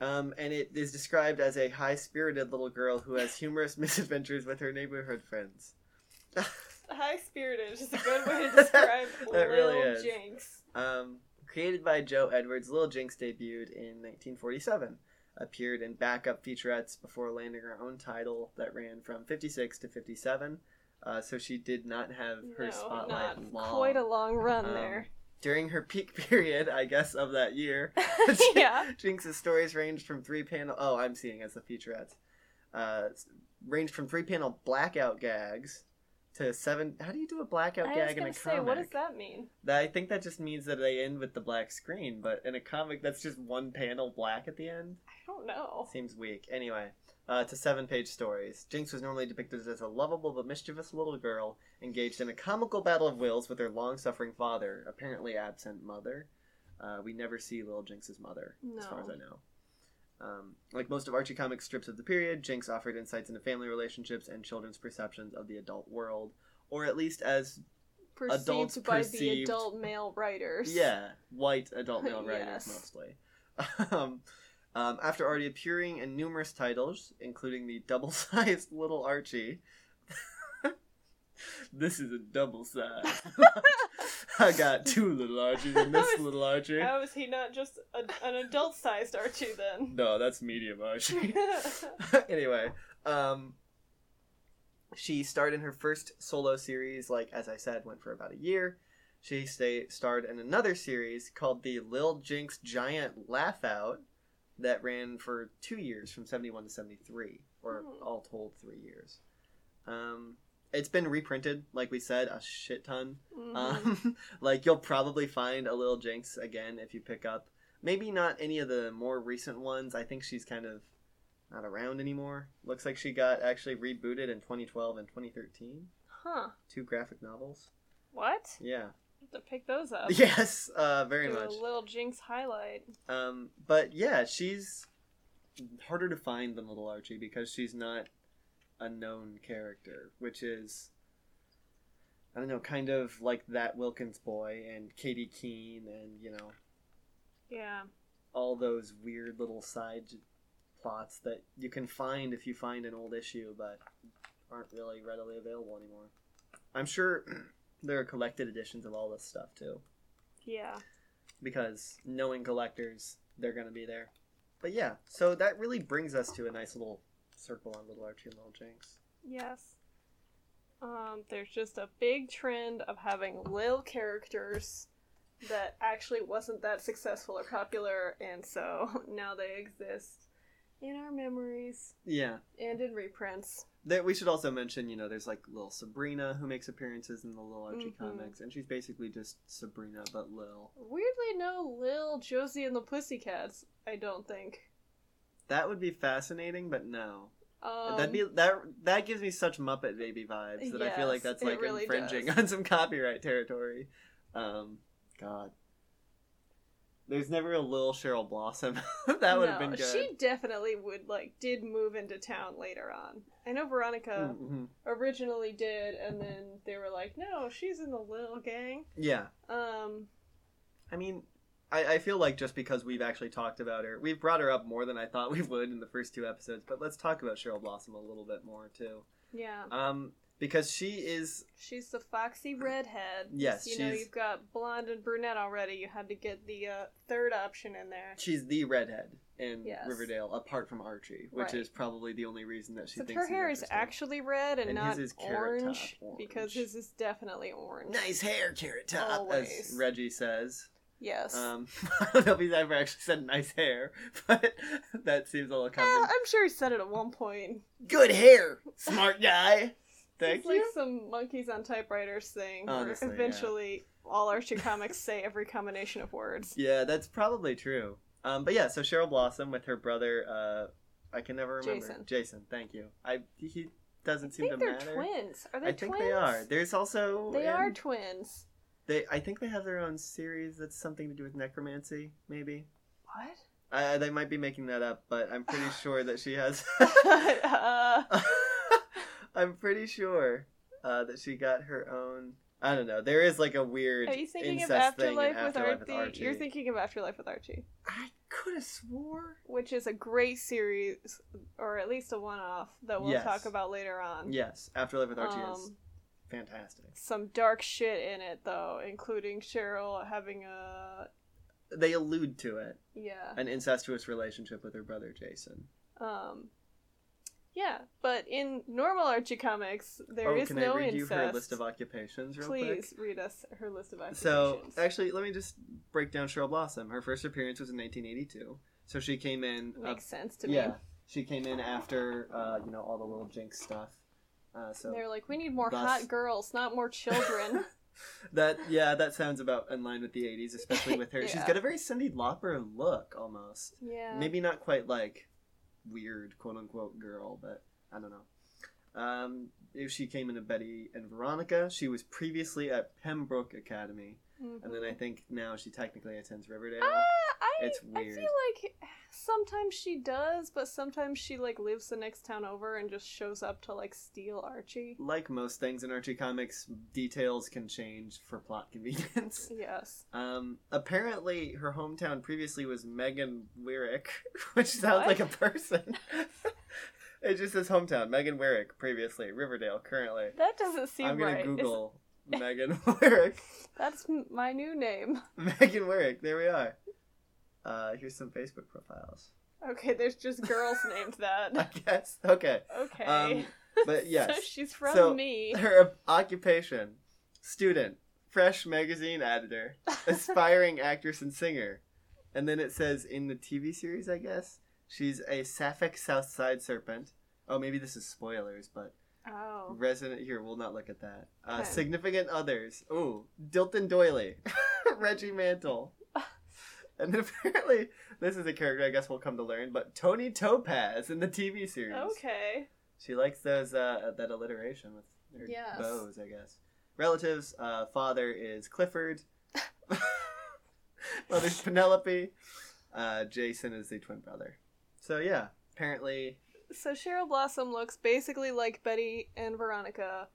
Speaker 1: Um, and it is described as a high spirited little girl who has humorous <laughs> misadventures with her neighborhood friends. <laughs>
Speaker 2: High spirited is a good way to describe
Speaker 1: That
Speaker 2: Lil
Speaker 1: really is.
Speaker 2: Jinx.
Speaker 1: Um, created by Joe Edwards, Little Jinx debuted in 1947. Appeared in backup featurettes before landing her own title that ran from 56 to 57. Uh, so she did not have her
Speaker 2: no,
Speaker 1: spotlight
Speaker 2: not
Speaker 1: long.
Speaker 2: quite a long run
Speaker 1: Um, <laughs>
Speaker 2: there. <laughs>
Speaker 1: During her peak <laughs> period, I guess, of that year, <laughs>
Speaker 2: yeah.
Speaker 1: Jinx's stories ranged from three panel. Oh, I'm seeing as the featurettes. Uh, s- ranged from three panel blackout gags to seven. How do you do a blackout
Speaker 2: I was
Speaker 1: gag in
Speaker 2: gonna
Speaker 1: a
Speaker 2: say,
Speaker 1: comic?
Speaker 2: what does that mean?
Speaker 1: That- I think that just means that they end with the black screen, but in a comic, that's just one panel black at the end.
Speaker 2: I don't know.
Speaker 1: Seems weak. Anyway, uh, to seven page stories. Jinx was normally depicted as a lovable but mischievous little girl engaged in a comical battle of wills with her long suffering father, apparently absent mother. Uh, we never see little Jinx's mother, as far as
Speaker 2: No.
Speaker 1: I know. Um, like most of Archie comic strips of the period, Jinx offered insights into family relationships and children's perceptions of the adult world, or at least as
Speaker 2: Perceived
Speaker 1: Adults
Speaker 2: by the
Speaker 1: perceived-
Speaker 2: adult male writers.
Speaker 1: yeah, white adult male writers
Speaker 2: Yes.
Speaker 1: mostly. <laughs> Um, um, after already appearing in numerous titles, including the double-sized <laughs> Little Archie. this is a double size. <laughs> I got two little Archies and this little Archie.
Speaker 2: How is he not just a, an adult-sized Archie
Speaker 1: <laughs>
Speaker 2: then? <laughs>
Speaker 1: No, that's medium
Speaker 2: Hmm,
Speaker 1: Archie. <laughs> anyway, um, she starred in her first solo series, like as I said, went for about a year. She stay, starred in another series called the Lil Jinx Giant Laugh Out that ran for two years from 71 to 73, or
Speaker 2: Hmm.
Speaker 1: all told, three years. Um, it's been reprinted, like we said, a shit ton.
Speaker 2: Mhm.
Speaker 1: Um, <laughs> like you'll probably find a little Jinx again if you pick up. Maybe not any of the more recent ones. I think she's kind of not around anymore. Looks like she got actually rebooted in 2012 and 2013.
Speaker 2: huh.
Speaker 1: Two graphic novels.
Speaker 2: What?
Speaker 1: Yeah.
Speaker 2: Have to pick those
Speaker 1: <laughs>
Speaker 2: up.
Speaker 1: Yes. Uh, very
Speaker 2: Do
Speaker 1: much.
Speaker 2: A little Jinx highlight.
Speaker 1: Um, but yeah, she's harder to find than Little Archie because she's not a known character, which is I don't know, kind of like that Wilkins boy and Katie Keene and you know
Speaker 2: Yeah.
Speaker 1: all those weird little side j- plots that you can find if you find an old issue, but aren't really readily available anymore. I'm sure <clears throat> there are collected editions of all this stuff too
Speaker 2: Yeah.
Speaker 1: because knowing collectors, they're going to be there. But yeah, so that really brings us to a nice little circle on Little Archie and Little Jinx.
Speaker 2: Yes. Um, there's just a big trend of having lil characters that actually wasn't that successful or popular, and so <laughs> now they exist in our memories
Speaker 1: Yeah.
Speaker 2: and in reprints.
Speaker 1: That we should also mention, you know, there's like little Sabrina who makes appearances in the Little Archie
Speaker 2: Mhm.
Speaker 1: comics, and she's basically just Sabrina but Lil.
Speaker 2: Weirdly, no Lil Josie and the Pussycats. I don't think.
Speaker 1: That would be fascinating, but no,
Speaker 2: Um,
Speaker 1: that'd be that that gives me such Muppet Baby vibes that I feel like
Speaker 2: Yes,
Speaker 1: that's
Speaker 2: it
Speaker 1: like
Speaker 2: really
Speaker 1: infringing
Speaker 2: does.
Speaker 1: on some copyright territory. Um, God, there's never a Lil Cheryl Blossom. <laughs> that would have
Speaker 2: no,
Speaker 1: been good.
Speaker 2: She definitely would like did move into town later on. I know Veronica
Speaker 1: Mhm.
Speaker 2: originally did, and then they were like, "No, she's in the Lil gang."
Speaker 1: Yeah.
Speaker 2: Um,
Speaker 1: I mean, I, I feel like just because we've actually talked about her, we've brought her up more than I thought we would in the first two episodes, but let's talk about Cheryl Blossom a little bit more, too.
Speaker 2: yeah,
Speaker 1: Um, because she is
Speaker 2: She's the foxy redhead.
Speaker 1: Yes,
Speaker 2: you know
Speaker 1: she's-
Speaker 2: you've got blonde and brunette already. You had to get the uh, third option in there.
Speaker 1: she's the redhead in
Speaker 2: Yes.
Speaker 1: Riverdale, apart from Archie, which
Speaker 2: Right.
Speaker 1: is probably the only reason that she
Speaker 2: Except
Speaker 1: thinks
Speaker 2: her
Speaker 1: he's
Speaker 2: hair is
Speaker 1: interesting.
Speaker 2: actually red and,
Speaker 1: And his
Speaker 2: not
Speaker 1: is carrot top
Speaker 2: orange, because
Speaker 1: orange.
Speaker 2: his is definitely orange.
Speaker 1: nice hair, carrot top,
Speaker 2: Always.
Speaker 1: as Reggie says.
Speaker 2: Yes.
Speaker 1: Um, <laughs> I don't know if he's ever actually said nice hair, <laughs> but that seems a
Speaker 2: Uh,
Speaker 1: little common.
Speaker 2: Well, I'm sure he said it at one point.
Speaker 1: Good hair, smart
Speaker 2: <laughs>
Speaker 1: guy. Thank
Speaker 2: it's
Speaker 1: you.
Speaker 2: like some monkeys on typewriters thing. where
Speaker 1: Honestly, yeah.
Speaker 2: eventually, all Archie comics say every combination of words.
Speaker 1: Yeah, that's probably true. Um, but yeah, so Cheryl Blossom with her brother, uh, I can never remember.
Speaker 2: Jason.
Speaker 1: thank you. I he doesn't
Speaker 2: I
Speaker 1: seem to
Speaker 2: think they're
Speaker 1: matter.
Speaker 2: twins. Are they
Speaker 1: I
Speaker 2: twins?
Speaker 1: think they are. There's also
Speaker 2: They are
Speaker 1: in-
Speaker 2: twins.
Speaker 1: They I think they have their own series that's something to do with necromancy, maybe.
Speaker 2: What?
Speaker 1: I, I- they might be making that up, but I'm
Speaker 2: <sighs>
Speaker 1: pretty sure that she
Speaker 2: <laughs>
Speaker 1: has. <laughs>
Speaker 2: uh,
Speaker 1: I'm pretty sure uh, that she got her own. I don't know. There is like a weird
Speaker 2: are you thinking of
Speaker 1: incest thing in
Speaker 2: Afterlife, with,
Speaker 1: Afterlife
Speaker 2: Archie? You're thinking of Afterlife with Archie,
Speaker 1: I could have swore.
Speaker 2: which is a great series, or at least a one-off that we'll
Speaker 1: Yes.
Speaker 2: talk about later on.
Speaker 1: Yes, Afterlife with Archie is
Speaker 2: Um,
Speaker 1: fantastic.
Speaker 2: some dark shit in it though, including Cheryl having a
Speaker 1: They allude to it
Speaker 2: yeah.
Speaker 1: an incestuous relationship with her brother Jason.
Speaker 2: Um, yeah, but in normal Archie comics, there
Speaker 1: oh,
Speaker 2: is
Speaker 1: can
Speaker 2: no
Speaker 1: I read
Speaker 2: incest.
Speaker 1: you her list of occupations real quick?
Speaker 2: Please read us her list of
Speaker 1: So
Speaker 2: occupations.
Speaker 1: actually, let me just break down Cheryl Blossom. Her first appearance was in 1982. So she came in. uh,
Speaker 2: makes sense to
Speaker 1: yeah,
Speaker 2: me.
Speaker 1: she came in after uh, you know all the little Jinx stuff. Uh, so
Speaker 2: They're like, we need more
Speaker 1: Thus-
Speaker 2: hot girls, not
Speaker 1: <laughs>
Speaker 2: more children. <laughs>
Speaker 1: that yeah, that sounds about in line with the 80s, especially with her. She's
Speaker 2: Yeah.
Speaker 1: got a very Cindy Lauper look almost.
Speaker 2: yeah.
Speaker 1: Maybe not quite like weird quote unquote girl, but I don't know. Um, if she came into Betty and Veronica, she was previously at Pembroke Academy,
Speaker 2: Mhm.
Speaker 1: and then I think now she technically attends Riverdale.
Speaker 2: Ah, I,
Speaker 1: It's
Speaker 2: I
Speaker 1: weird.
Speaker 2: feel like sometimes she does, but sometimes she like lives the next town over and just shows up to like steal Archie.
Speaker 1: like most things in Archie comics, details can change for plot <laughs> convenience.
Speaker 2: Yes.
Speaker 1: Um, apparently, her hometown previously was Megan Wyrick, <laughs> which sounds
Speaker 2: What?
Speaker 1: like a person. <laughs> it just says hometown Megan Wyrick previously Riverdale currently.
Speaker 2: That doesn't seem
Speaker 1: I'm gonna
Speaker 2: right. Is- <laughs>
Speaker 1: Google Megan Wyrick.
Speaker 2: That's m- my new name.
Speaker 1: <laughs>
Speaker 2: <laughs>
Speaker 1: Megan Wyrick. There we are. Uh, here's some Facebook profiles.
Speaker 2: Okay, there's just girls named
Speaker 1: I <laughs>
Speaker 2: <laughs> that.
Speaker 1: guess okay,
Speaker 2: Okay.
Speaker 1: um, but yes.
Speaker 2: <laughs> so she's from
Speaker 1: So-
Speaker 2: me.
Speaker 1: Her occupation: student, fresh magazine
Speaker 2: <laughs>
Speaker 1: editor, aspiring actress and singer. And then it says in the TV series, I guess she's a Sapphic South Side serpent. Oh, maybe this is spoilers, but
Speaker 2: Oh.
Speaker 1: resident here. We'll not look at that. Uh,
Speaker 2: Okay.
Speaker 1: Significant others. Ooh, Dilton Doily, <laughs> Reggie Mantle.
Speaker 2: <laughs>
Speaker 1: And then apparently, this is a character I guess we'll come to learn, but Tony Topaz in the TV series.
Speaker 2: Okay.
Speaker 1: She likes those uh, that alliteration with her
Speaker 2: Yes.
Speaker 1: bows, I guess. Relatives, uh, father is
Speaker 2: <laughs>
Speaker 1: Clifford. Mother's Penelope. Uh, Jason is the twin brother. So yeah, apparently
Speaker 2: So Cheryl Blossom looks basically like Betty and Veronica,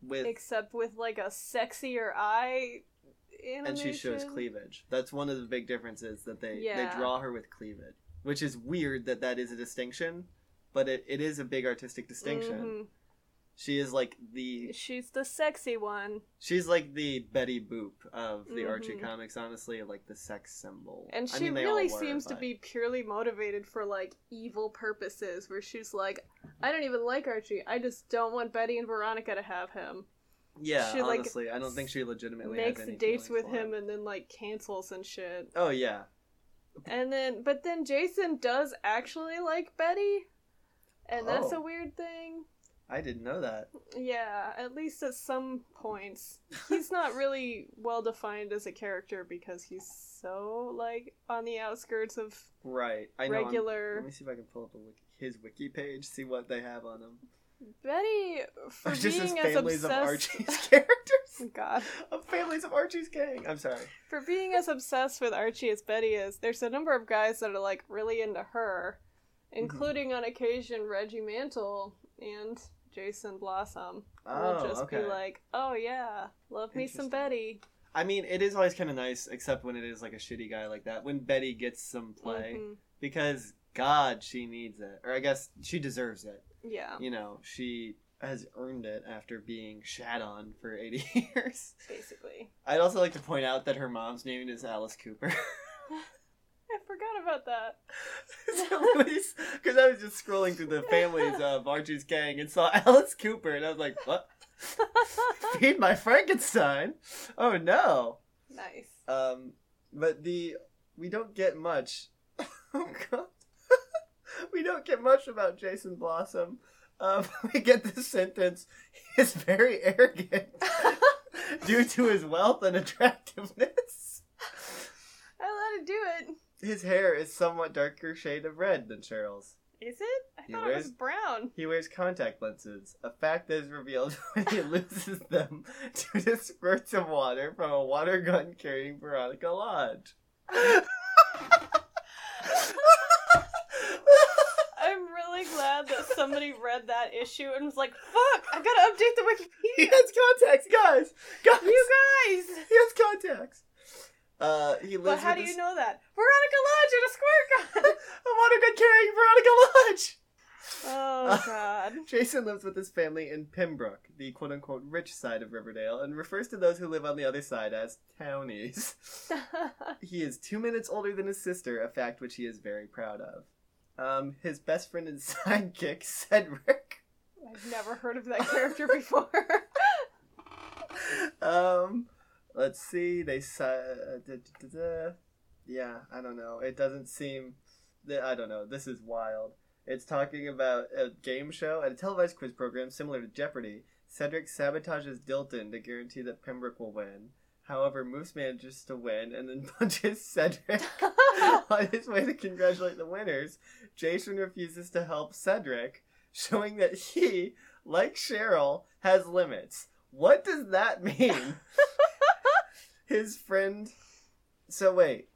Speaker 1: with
Speaker 2: except with like a sexier eye animation.
Speaker 1: and she shows cleavage. That's one of the big differences that they
Speaker 2: Yeah.
Speaker 1: they draw her with cleavage, which is weird that that is a distinction, but it, it is a big artistic distinction.
Speaker 2: Mm-hmm.
Speaker 1: She is like the
Speaker 2: Mhm. She's the sexy one,
Speaker 1: She's like the Betty Boop of the Archie
Speaker 2: Mhm.
Speaker 1: comics, honestly, of, like the sex symbol.
Speaker 2: and
Speaker 1: I
Speaker 2: she
Speaker 1: mean, they all
Speaker 2: really
Speaker 1: were,
Speaker 2: seems to
Speaker 1: but-
Speaker 2: be purely motivated for like evil purposes. Where she's like, I don't even like Archie. I just don't want Betty and Veronica to have him.
Speaker 1: Yeah,
Speaker 2: she, like,
Speaker 1: honestly, I don't think she legitimately has
Speaker 2: Makes
Speaker 1: any
Speaker 2: dates
Speaker 1: feelings
Speaker 2: with
Speaker 1: for
Speaker 2: him and then like cancels and shit.
Speaker 1: Oh yeah,
Speaker 2: And then, but then Jason does actually like Betty, and that's
Speaker 1: Oh.
Speaker 2: a weird thing.
Speaker 1: I didn't know that.
Speaker 2: Yeah, at least at some points, he's
Speaker 1: <laughs>
Speaker 2: not really well defined as a character because he's so like on the outskirts of
Speaker 1: Right, I know. I'm- Let
Speaker 2: regular
Speaker 1: me see if I can pull up a wiki, his wiki page, see what they have on him.
Speaker 2: Betty for
Speaker 1: Just his
Speaker 2: being as
Speaker 1: families
Speaker 2: obsessed.
Speaker 1: of Archie's <laughs> characters.
Speaker 2: <laughs> God,
Speaker 1: of families of Archie's gang. I'm
Speaker 2: <laughs>
Speaker 1: sorry.
Speaker 2: for being as obsessed with Archie as Betty is, there's a number of guys that are like really into her,
Speaker 1: Mm-hmm.
Speaker 2: including on occasion Reggie Mantle and Jason Blossom.
Speaker 1: Oh,
Speaker 2: will just
Speaker 1: okay.
Speaker 2: be like, "Oh yeah, love me some
Speaker 1: Interesting.
Speaker 2: Betty."
Speaker 1: I mean, it is always kind of nice, except when it is like a shitty guy like that. When Betty gets some play,
Speaker 2: Mhm.
Speaker 1: because God, she needs it, or I guess she deserves it.
Speaker 2: Yeah,
Speaker 1: you know, she has earned it after being shat on for 80 <laughs> years.
Speaker 2: basically.
Speaker 1: I'd also like to point out that her mom's name is Alice Cooper. <laughs>
Speaker 2: I forgot about that. <laughs>
Speaker 1: Because I was just scrolling through the families of Archie's gang and saw <laughs> Alice Cooper, and I was like, what? Feed my Frankenstein? Oh no!
Speaker 2: nice.
Speaker 1: Um, but the we don't get much. <laughs> Oh god, <laughs> we don't get much about Jason Blossom. Um, <laughs> we get this sentence: he is very arrogant <laughs> due to his wealth and attractiveness. <laughs>
Speaker 2: I let it do
Speaker 1: His hair is somewhat darker shade of red than Cheryl's.
Speaker 2: it. Is it? I
Speaker 1: He
Speaker 2: thought it
Speaker 1: wears-
Speaker 2: was brown.
Speaker 1: He wears contact lenses, a fact that is revealed <laughs> when he loses them due to <laughs> squirts of water from a water gun carrying Veronica
Speaker 2: <laughs>
Speaker 1: Lodge.
Speaker 2: I'm really glad that somebody read that issue and was like, "Fuck, I gotta update the
Speaker 1: he <laughs>
Speaker 2: Wikipedia."
Speaker 1: has contacts, guys! Guys!
Speaker 2: you guys.
Speaker 1: He has contacts! Uh, he lives
Speaker 2: But how
Speaker 1: with
Speaker 2: do
Speaker 1: a
Speaker 2: you
Speaker 1: s-
Speaker 2: know that? Veronica
Speaker 1: <laughs>
Speaker 2: Lodge and a squirt gun.
Speaker 1: a water gun carrying Veronica Lodge!
Speaker 2: oh god. <laughs>
Speaker 1: Jason lives with his family in Pembroke, the quote unquote rich side of Riverdale, and refers to those who live on the other side as
Speaker 2: <laughs>
Speaker 1: townies. He is two minutes older than his sister, a fact which he is very proud of. Um, his best friend and <laughs> sidekick, Cedric.
Speaker 2: I've never heard of that
Speaker 1: <laughs>
Speaker 2: character before. <laughs>
Speaker 1: um, let's see. They si- uh, da, da, da, da. yeah. I don't know. It doesn't seem. th- I don't know. This is wild. It's talking about a game show and a televised quiz program similar to Jeopardy. Cedric sabotages Dilton to guarantee that Pembroke will win. However, Moose manages to win and then <laughs> punches Cedric. on his way to congratulate the winners, Jason refuses to help Cedric, showing that he, like Cheryl, has limits. What does that mean? his friend. So wait.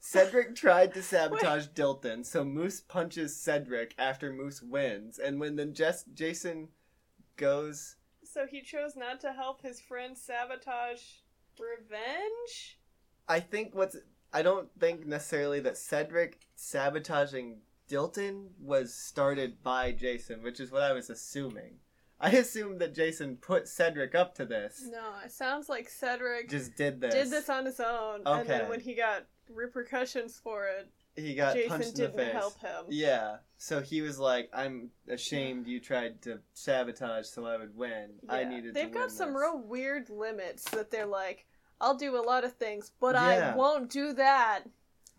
Speaker 1: Cedric tried to sabotage Dilton, so Moose punches Cedric after Moose wins, and when then Jess Jason goes
Speaker 2: so he chose not to help his friend sabotage revenge?
Speaker 1: I think what's I don't think necessarily that Cedric sabotaging Dilton was started by Jason, which is what I was assuming. I assumed that Jason put Cedric up to this.
Speaker 2: No, it sounds like Cedric
Speaker 1: Just did this.
Speaker 2: did this on his own, and then
Speaker 1: Okay.
Speaker 2: when he got repercussions for it,
Speaker 1: He got
Speaker 2: Jason
Speaker 1: punched in the
Speaker 2: didn't
Speaker 1: face.
Speaker 2: help him.
Speaker 1: Yeah. So he was like, "I'm ashamed you tried to sabotage, so I would win. I
Speaker 2: Yeah.
Speaker 1: needed
Speaker 2: They've
Speaker 1: to
Speaker 2: got
Speaker 1: win
Speaker 2: some
Speaker 1: this."
Speaker 2: real weird limits that they're like, I'll do a lot of things, but I
Speaker 1: Yeah.
Speaker 2: won't do that.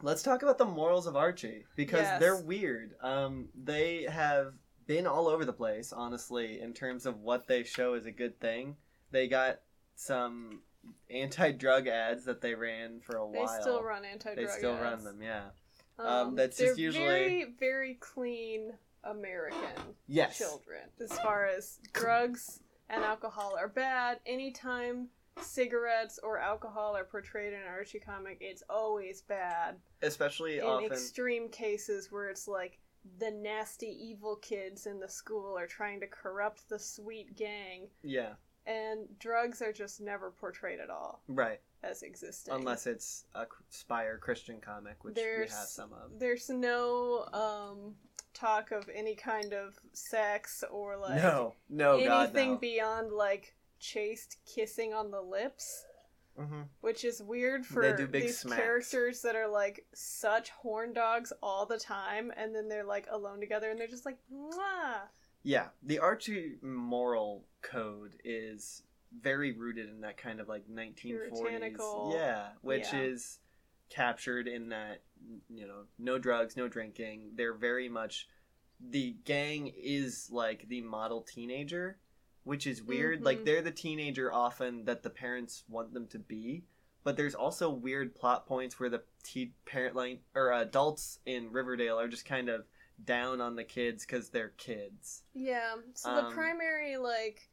Speaker 1: Let's talk about the morals of Archie because
Speaker 2: Yes.
Speaker 1: they're weird. Um, they have been all over the place, honestly, in terms of what they show as a good thing. They got some anti-drug ads that they ran for a
Speaker 2: They
Speaker 1: while.
Speaker 2: still run anti-drug.
Speaker 1: They still
Speaker 2: ads.
Speaker 1: run them, yeah. Um, that's
Speaker 2: they're
Speaker 1: just usually-
Speaker 2: very, very clean American
Speaker 1: Yes.
Speaker 2: children as far as drugs and alcohol are bad. Anytime cigarettes or alcohol are portrayed in an Archie comic, it's always bad.
Speaker 1: Especially
Speaker 2: in
Speaker 1: often.
Speaker 2: extreme cases where it's like the nasty evil kids in the school are trying to corrupt the sweet gang
Speaker 1: yeah.
Speaker 2: and drugs are just never portrayed at all
Speaker 1: Right.
Speaker 2: as existing
Speaker 1: Unless it's a c- Spire Christian comic, which
Speaker 2: There's-
Speaker 1: we have some of.
Speaker 2: there's no um talk of any kind of sex or like
Speaker 1: no. No. Oh, God.
Speaker 2: anything
Speaker 1: No.
Speaker 2: beyond like chaste kissing on the lips
Speaker 1: hmm
Speaker 2: which is weird for
Speaker 1: They do big
Speaker 2: these
Speaker 1: smacks.
Speaker 2: characters that are like such horn dogs all the time, and then they're like alone together, and they're just like, Mwah.
Speaker 1: Yeah, the Archie moral code is very rooted in that kind of like 1940s.
Speaker 2: Puritanical.
Speaker 1: Yeah, which
Speaker 2: Yeah.
Speaker 1: is captured in that, you know, no drugs, no drinking. They're very much the gang is like the model teenager, which is weird.
Speaker 2: Mhm.
Speaker 1: Like they're the teenager often that the parents want them to be. But there's also weird plot points where the te- parent line or adults in Riverdale are just kind of down on the kids because they're kids.
Speaker 2: Yeah. So the
Speaker 1: Um,
Speaker 2: primary like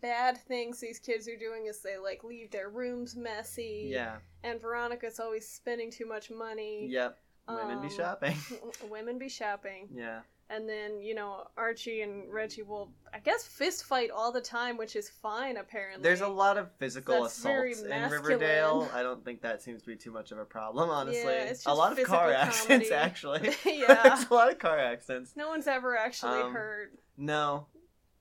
Speaker 2: bad things these kids are doing is they like leave their rooms messy.
Speaker 1: Yeah.
Speaker 2: And Veronica's always spending too much money.
Speaker 1: Yep. Women be
Speaker 2: Um, <laughs>
Speaker 1: shopping.
Speaker 2: Women be shopping.
Speaker 1: <laughs> yeah.
Speaker 2: And then, you know, Archie and Reggie will, I guess, fist fight all the time, which is fine, apparently.
Speaker 1: There's
Speaker 2: <laughs>
Speaker 1: a lot of physical
Speaker 2: That's very
Speaker 1: assaults in
Speaker 2: masculine.
Speaker 1: Riverdale. I don't think that seems to be too much of a problem, honestly.
Speaker 2: Yeah, it's
Speaker 1: a
Speaker 2: just
Speaker 1: lot of
Speaker 2: physical
Speaker 1: car accidents,
Speaker 2: comedy.
Speaker 1: actually.
Speaker 2: <laughs>
Speaker 1: <laughs>
Speaker 2: yeah.
Speaker 1: There's a lot of car accidents.
Speaker 2: No one's ever actually
Speaker 1: Um,
Speaker 2: hurt.
Speaker 1: No.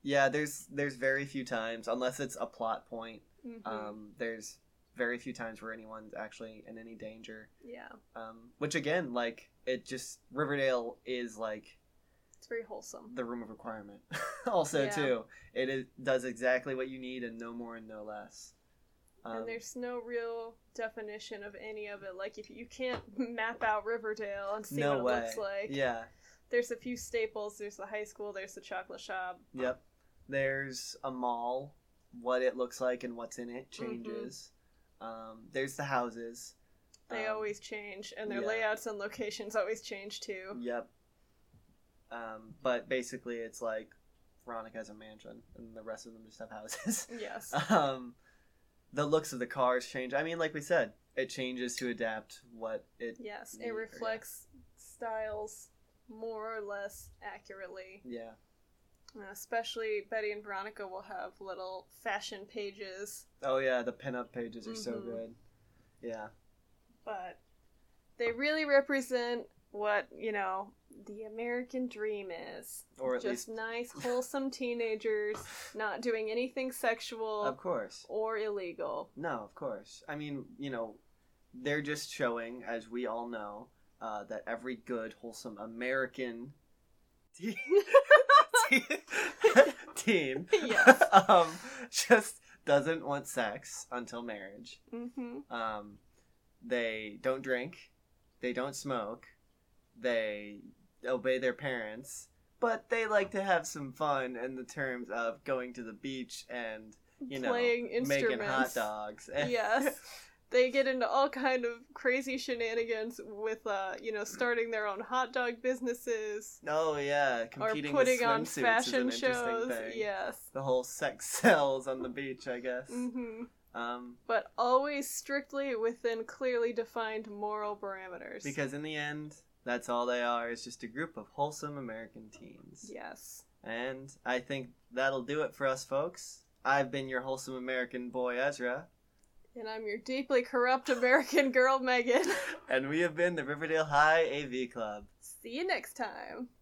Speaker 1: Yeah, there's there's very few times, unless it's a plot point.
Speaker 2: Mhm.
Speaker 1: Um, there's very few times where anyone's actually in any danger.
Speaker 2: yeah,
Speaker 1: Um, which again, like it just Riverdale is like
Speaker 2: it's very wholesome.
Speaker 1: the room of requirement. <laughs> also,
Speaker 2: Yeah.
Speaker 1: too, it is, does exactly what you need and no more and no less. Um,
Speaker 2: and there's no real definition of any of it. Like if you can't map out Riverdale and see
Speaker 1: no
Speaker 2: what
Speaker 1: way.
Speaker 2: it looks like.
Speaker 1: Yeah.
Speaker 2: There's a few staples. There's the high school. There's the chocolate shop.
Speaker 1: Yep. There's a mall. What it looks like and what's in it
Speaker 2: Mm-hmm.
Speaker 1: changes. Um, there's the houses.
Speaker 2: They
Speaker 1: Um,
Speaker 2: always change, and their
Speaker 1: yeah.
Speaker 2: layouts and locations always change too.
Speaker 1: Yep. Um, but basically, it's like Veronica has a mansion, and the rest of them just have houses. <laughs>
Speaker 2: Yes.
Speaker 1: um, the looks of the cars change. I mean, like we said, it changes to adapt what it.
Speaker 2: Yes,
Speaker 1: Yeah,
Speaker 2: it reflects styles more or less accurately.
Speaker 1: Yeah.
Speaker 2: Uh, especially Betty and Veronica will have little fashion pages,
Speaker 1: Oh yeah, the pinup pages are so
Speaker 2: Mhm.
Speaker 1: good. Yeah.
Speaker 2: but they really represent what, you know, the American dream is.
Speaker 1: Or at
Speaker 2: Just nice, wholesome
Speaker 1: <laughs>
Speaker 2: teenagers, not doing anything sexual
Speaker 1: Of course.
Speaker 2: or illegal.
Speaker 1: No, of course. I mean, you know, they're just showing, as we all know, uh, that every good, wholesome American <laughs>
Speaker 2: <laughs>
Speaker 1: te- te- <laughs> teen
Speaker 2: Yes.
Speaker 1: <laughs> um, just doesn't want sex until marriage.
Speaker 2: hmm
Speaker 1: Um, they don't drink, they don't smoke, they obey their parents, but they like to have some fun in the terms of going to the beach and you know
Speaker 2: Playing
Speaker 1: making hot
Speaker 2: instruments.
Speaker 1: dogs. <laughs>
Speaker 2: Yes. They get into all kind of crazy shenanigans with, uh, you know, starting their own hot dog businesses.
Speaker 1: oh yeah,
Speaker 2: or
Speaker 1: competing with
Speaker 2: putting on
Speaker 1: swimsuits is an
Speaker 2: fashion
Speaker 1: interesting
Speaker 2: shows.
Speaker 1: thing.
Speaker 2: Yes.
Speaker 1: The whole sex <laughs> sells on the beach, I guess.
Speaker 2: hmm
Speaker 1: Um,
Speaker 2: But always strictly within clearly defined moral parameters.
Speaker 1: because in the end, that's all they are. It's just a group of wholesome American teens.
Speaker 2: Yes.
Speaker 1: And I think that'll do it for us, folks. I've been your wholesome American boy, Ezra,
Speaker 2: And I'm your deeply corrupt American girl, Megan. <laughs>
Speaker 1: and we have been the Riverdale High AV Club.
Speaker 2: See you next time.